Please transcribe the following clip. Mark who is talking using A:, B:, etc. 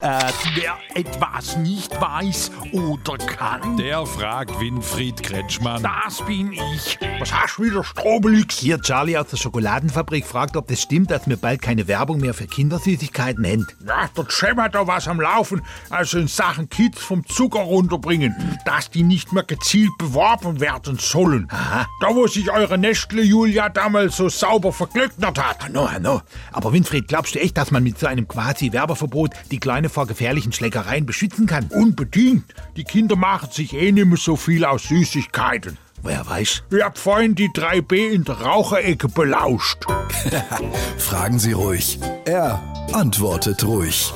A: Äh, wer etwas nicht weiß oder kann,
B: Der fragt Winfried Kretschmann.
A: das bin ich. Was hast du wieder, Strobelix?
C: Hier Charlie aus der Schokoladenfabrik fragt, ob das stimmt, dass wir bald keine Werbung mehr für Kindersüßigkeiten hätten.
A: Ja, der Cem hat da was am Laufen, also in Sachen Kids vom Zucker runterbringen, dass die nicht mehr gezielt beworben werden sollen. Da, wo sich eure Nestle-Julia damals so sauber verglöcknert hat.
C: No, no. Aber Winfried, glaubst du echt, dass man mit so einem quasi Werbeverbot die Kleine vor gefährlichen Schlägereien beschützen kann?
A: Unbedingt. Die Kinder machen sich eh nicht mehr so viel aus Süßigkeiten.
C: Wer weiß?
A: Ich hab vorhin die 3B in der Raucherecke belauscht.
D: Fragen Sie ruhig. Er antwortet ruhig.